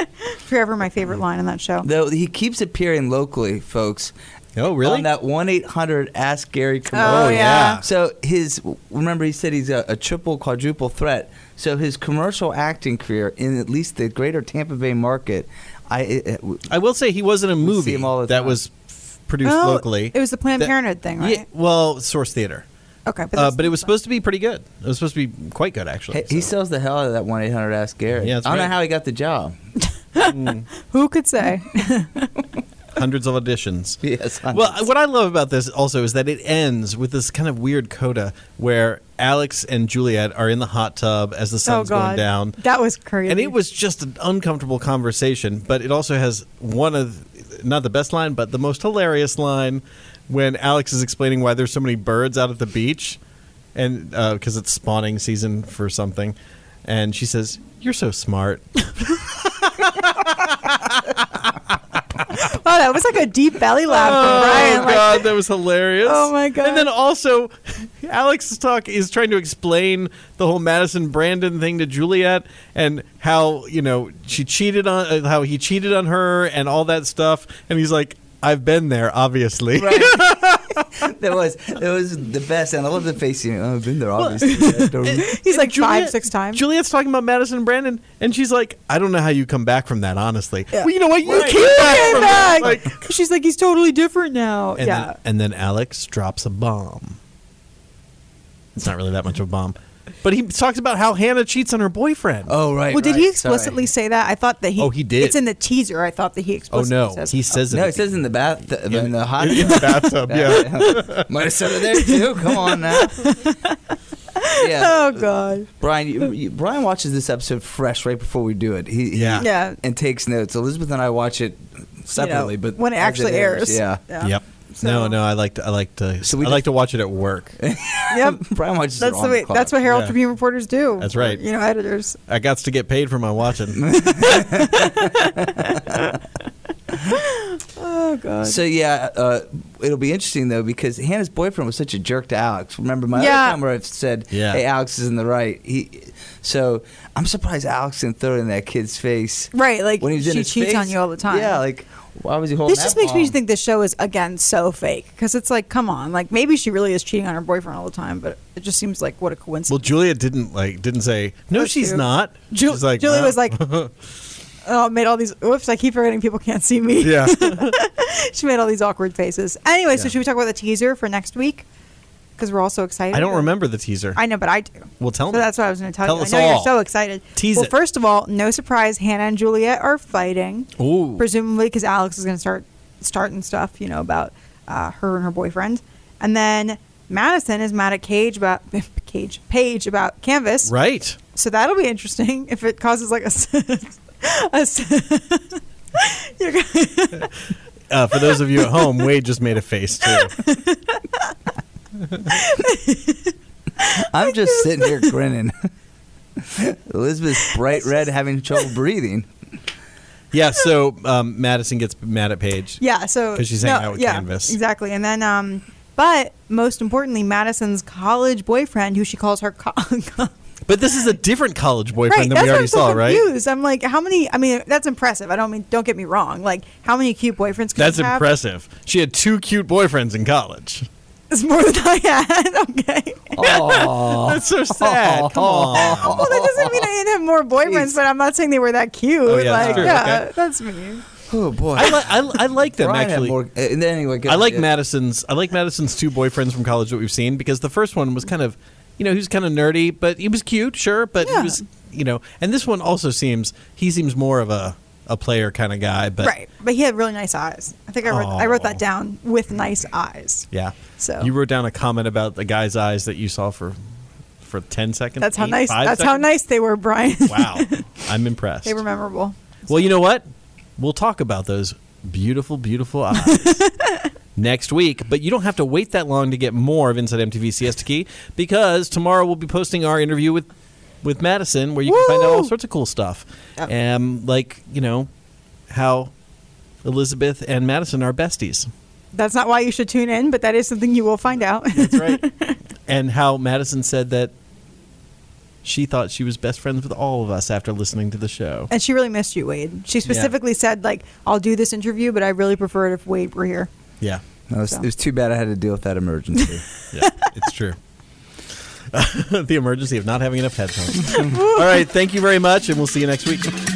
[SPEAKER 2] Forever my favorite line on that show.
[SPEAKER 3] Though he keeps appearing locally, folks.
[SPEAKER 1] oh really
[SPEAKER 3] On that one eight hundred Ask Gary
[SPEAKER 2] Oh,
[SPEAKER 3] commercial.
[SPEAKER 2] yeah.
[SPEAKER 3] So his remember he said he's a, a triple quadruple threat. So his commercial acting career in at least the greater Tampa Bay market, I it, it-
[SPEAKER 1] I will say he was in a movie
[SPEAKER 3] him all the
[SPEAKER 1] that
[SPEAKER 3] time.
[SPEAKER 1] was f- produced
[SPEAKER 2] Oh,
[SPEAKER 1] locally.
[SPEAKER 2] it was the Planned
[SPEAKER 1] That-
[SPEAKER 2] Parenthood thing, right?
[SPEAKER 1] Yeah, well, Source Theater.
[SPEAKER 2] Okay.
[SPEAKER 1] Uh, but it was supposed to be pretty good. It was supposed to be quite good, actually.
[SPEAKER 3] he
[SPEAKER 1] so.
[SPEAKER 3] sells the hell out of that one eight hundred Ask Gary.
[SPEAKER 1] Yeah, that's
[SPEAKER 3] I don't
[SPEAKER 1] right.
[SPEAKER 3] know how he got the job.
[SPEAKER 2] Who could say?
[SPEAKER 1] hundreds of auditions.
[SPEAKER 3] Yes,
[SPEAKER 1] Well, what I love about this also is that it ends with this kind of weird coda where Alex and Juliet are in the hot tub as the
[SPEAKER 2] oh,
[SPEAKER 1] sun's
[SPEAKER 2] God.
[SPEAKER 1] going down.
[SPEAKER 2] That was crazy.
[SPEAKER 1] And it was just an uncomfortable conversation, but it also has one of not the best line, but the most hilarious line when Alex is explaining why there's so many birds out at the beach, and because it's spawning season for something, and she says, "You're so smart."
[SPEAKER 2] Oh, that was like a deep belly laugh from
[SPEAKER 1] Oh
[SPEAKER 2] Brian. Like,
[SPEAKER 1] god, that was hilarious.
[SPEAKER 2] Oh, my God.
[SPEAKER 1] And then also Alex's talk is trying to explain the whole Madison Brandon thing to Juliet and how, you know, she cheated on uh, how he cheated on her and all that stuff and he's like I've been there, obviously.
[SPEAKER 3] Right. that was that was the best, and I love the face. You know, I've been there, obviously. That's the-
[SPEAKER 2] He's
[SPEAKER 1] And
[SPEAKER 2] like five, six times.
[SPEAKER 1] Juliet's talking about Madison Brandon, and she's like, "I don't know how you come back from that, honestly."
[SPEAKER 2] Yeah.
[SPEAKER 1] Well, you know what? You
[SPEAKER 2] Right.
[SPEAKER 1] came back
[SPEAKER 2] Came
[SPEAKER 1] from that.
[SPEAKER 2] back.
[SPEAKER 1] Like,
[SPEAKER 2] She's like, he's totally different now.
[SPEAKER 1] and
[SPEAKER 2] yeah.
[SPEAKER 1] then, and then Alex drops a bomb. It's not really that much of a bomb, but he talks about how Hannah cheats on her boyfriend.
[SPEAKER 3] oh right.
[SPEAKER 2] well, did
[SPEAKER 3] right,
[SPEAKER 2] he explicitly say that? I thought that he.
[SPEAKER 1] Oh, he did.
[SPEAKER 2] It's in the teaser. I thought that he
[SPEAKER 1] Oh,
[SPEAKER 2] explicitly.
[SPEAKER 1] no,
[SPEAKER 2] says,
[SPEAKER 1] he says
[SPEAKER 3] sorry.
[SPEAKER 1] it.
[SPEAKER 3] No, it says in the bath, in, the hot.
[SPEAKER 1] in the bathtub. Yeah,
[SPEAKER 3] tub. Might have said it there too. Come on now. Yeah,
[SPEAKER 2] Oh god.
[SPEAKER 3] Brian. You, you, Brian watches this episode fresh right before we do it. He, he-
[SPEAKER 1] Yeah.
[SPEAKER 2] Yeah.
[SPEAKER 3] and takes notes. Elizabeth and I watch it separately,
[SPEAKER 2] You know,
[SPEAKER 3] but
[SPEAKER 2] when it
[SPEAKER 3] as
[SPEAKER 2] actually airs.
[SPEAKER 3] yeah.
[SPEAKER 1] yep.
[SPEAKER 2] So-
[SPEAKER 1] no, no, I like to. I like to.
[SPEAKER 3] So we
[SPEAKER 1] I like
[SPEAKER 3] just-
[SPEAKER 1] to watch it at work.
[SPEAKER 2] Yep.
[SPEAKER 3] Brian watches it
[SPEAKER 2] That's
[SPEAKER 3] on
[SPEAKER 2] the way.
[SPEAKER 3] clock.
[SPEAKER 2] that's what Herald
[SPEAKER 1] Yeah.
[SPEAKER 2] Tribune reporters do.
[SPEAKER 1] That's right.
[SPEAKER 2] You know, editors.
[SPEAKER 1] I got to get paid for my watching.
[SPEAKER 2] Oh god.
[SPEAKER 3] So yeah, uh, it'll be interesting though because Hannah's boyfriend was such a jerk to Alex. Remember my
[SPEAKER 2] Yeah.
[SPEAKER 3] other time where I've said,
[SPEAKER 1] Yeah.
[SPEAKER 3] "Hey, Alex is in the right." He, so I'm surprised Alex didn't throw it in that kid's face.
[SPEAKER 2] Right, like,
[SPEAKER 3] when he was in
[SPEAKER 2] she
[SPEAKER 3] his
[SPEAKER 2] cheats
[SPEAKER 3] face.
[SPEAKER 2] on you all the time.
[SPEAKER 3] Yeah, like why was he holding?
[SPEAKER 2] this
[SPEAKER 3] that
[SPEAKER 2] just makes me
[SPEAKER 3] bomb?
[SPEAKER 2] think this show is again so fake because it's like, come on, like maybe she really is cheating on her boyfriend all the time, but it just seems like what a coincidence.
[SPEAKER 1] well, Julia didn't like. Didn't say no.
[SPEAKER 2] That's
[SPEAKER 1] she's
[SPEAKER 2] true.
[SPEAKER 1] not.
[SPEAKER 2] Ju-
[SPEAKER 1] she's like,
[SPEAKER 2] Julie
[SPEAKER 1] "No."
[SPEAKER 2] was like, "Oh, made all these. Oops, I keep forgetting people can't see me."
[SPEAKER 1] yeah.
[SPEAKER 2] she made all these awkward faces. Anyway, so
[SPEAKER 1] Yeah.
[SPEAKER 2] should we talk about the teaser for next week? Because we're all so excited.
[SPEAKER 1] I don't remember the teaser.
[SPEAKER 2] I know, but I do.
[SPEAKER 1] Well, tell
[SPEAKER 2] so
[SPEAKER 1] me.
[SPEAKER 2] that's what I was going to tell,
[SPEAKER 1] Tell
[SPEAKER 2] you.
[SPEAKER 1] us
[SPEAKER 2] I know you're
[SPEAKER 1] all.
[SPEAKER 2] so excited.
[SPEAKER 1] Tease
[SPEAKER 2] well,
[SPEAKER 1] it.
[SPEAKER 2] first of all, no surprise, Hannah and Juliet are fighting.
[SPEAKER 1] Ooh.
[SPEAKER 2] Presumably because Alex is going to start starting stuff, you know, about uh, her and her boyfriend, and then Madison is mad at Cage about Cage Page about Canvas,
[SPEAKER 1] right.
[SPEAKER 2] so that'll be interesting if it causes like a. s- a s- You're gonna-
[SPEAKER 1] Uh, for those of you at home, Wade just made a face too.
[SPEAKER 3] I'm just sitting here grinning. Elizabeth's bright red, having trouble breathing.
[SPEAKER 1] Yeah. So um, Madison gets mad at Paige.
[SPEAKER 2] yeah, so
[SPEAKER 1] 'Cause she's hanging out with
[SPEAKER 2] yeah,
[SPEAKER 1] Canvas.
[SPEAKER 2] exactly. And then, um, but most importantly, Madison's college boyfriend, who she calls her co-
[SPEAKER 1] But this is a different college boyfriend than
[SPEAKER 2] that's
[SPEAKER 1] we
[SPEAKER 2] why
[SPEAKER 1] already
[SPEAKER 2] I'm
[SPEAKER 1] saw,
[SPEAKER 2] so
[SPEAKER 1] right?
[SPEAKER 2] confused. I'm like, how many? I mean, that's impressive. I don't mean, don't get me wrong. Like, how many cute boyfriends? Can
[SPEAKER 1] That's
[SPEAKER 2] you have?
[SPEAKER 1] impressive. She had two cute boyfriends in college.
[SPEAKER 2] It's more than I had. Okay.
[SPEAKER 1] That's so sad. Come on.
[SPEAKER 2] Well, that doesn't mean I didn't have more boyfriends, but I'm not saying they were that cute.
[SPEAKER 1] Oh, yeah, that's
[SPEAKER 2] like,
[SPEAKER 1] true.
[SPEAKER 2] yeah,
[SPEAKER 1] Okay.
[SPEAKER 2] that's me.
[SPEAKER 3] Oh boy.
[SPEAKER 1] I, li- I, I like them
[SPEAKER 3] Brian had
[SPEAKER 1] actually.
[SPEAKER 3] more- uh, and then anyway, go-
[SPEAKER 1] I like
[SPEAKER 3] yeah.
[SPEAKER 1] Madison's. I like Madison's two boyfriends from college that we've seen because the first one was kind of, you know, he was kind of nerdy, but he was cute, sure, but
[SPEAKER 2] Yeah.
[SPEAKER 1] he was, you know, and this one also seems he seems more of a a player kind of guy, but
[SPEAKER 2] right, but he had really nice eyes. I think I wrote, I wrote
[SPEAKER 1] Aw.
[SPEAKER 2] that down with nice eyes.
[SPEAKER 1] yeah.
[SPEAKER 2] So-
[SPEAKER 1] you wrote down a comment about the guy's eyes that you saw for for ten seconds.
[SPEAKER 2] That's how
[SPEAKER 1] eight,
[SPEAKER 2] nice.
[SPEAKER 1] five
[SPEAKER 2] That's how
[SPEAKER 1] seconds?
[SPEAKER 2] nice they were, Brian.
[SPEAKER 1] Wow, I'm impressed.
[SPEAKER 2] they were memorable.
[SPEAKER 1] Well, you know what? We'll talk about those beautiful, beautiful eyes next week. But you don't have to wait that long to get more of Inside MTV Siesta Key because tomorrow we'll be posting our interview with with Madison, where you can find out all
[SPEAKER 2] Woo!
[SPEAKER 1] sorts of cool stuff,
[SPEAKER 2] Yeah.
[SPEAKER 1] um, like you know how Elizabeth and Madison are besties.
[SPEAKER 2] That's not why you should tune in, but that is something you will find out.
[SPEAKER 1] That's right. and how Madison said that she thought she was best friends with all of us after listening to the show.
[SPEAKER 2] and she really missed you, Wade. She specifically said, like, I'll do this interview, but I really prefer it if Wade were here.
[SPEAKER 1] Yeah.
[SPEAKER 3] No, it, was,
[SPEAKER 2] So.
[SPEAKER 3] it was too bad I had to deal with that emergency.
[SPEAKER 1] yeah, it's true. the emergency of not having enough headphones. All right, thank you very much, and we'll see you next week.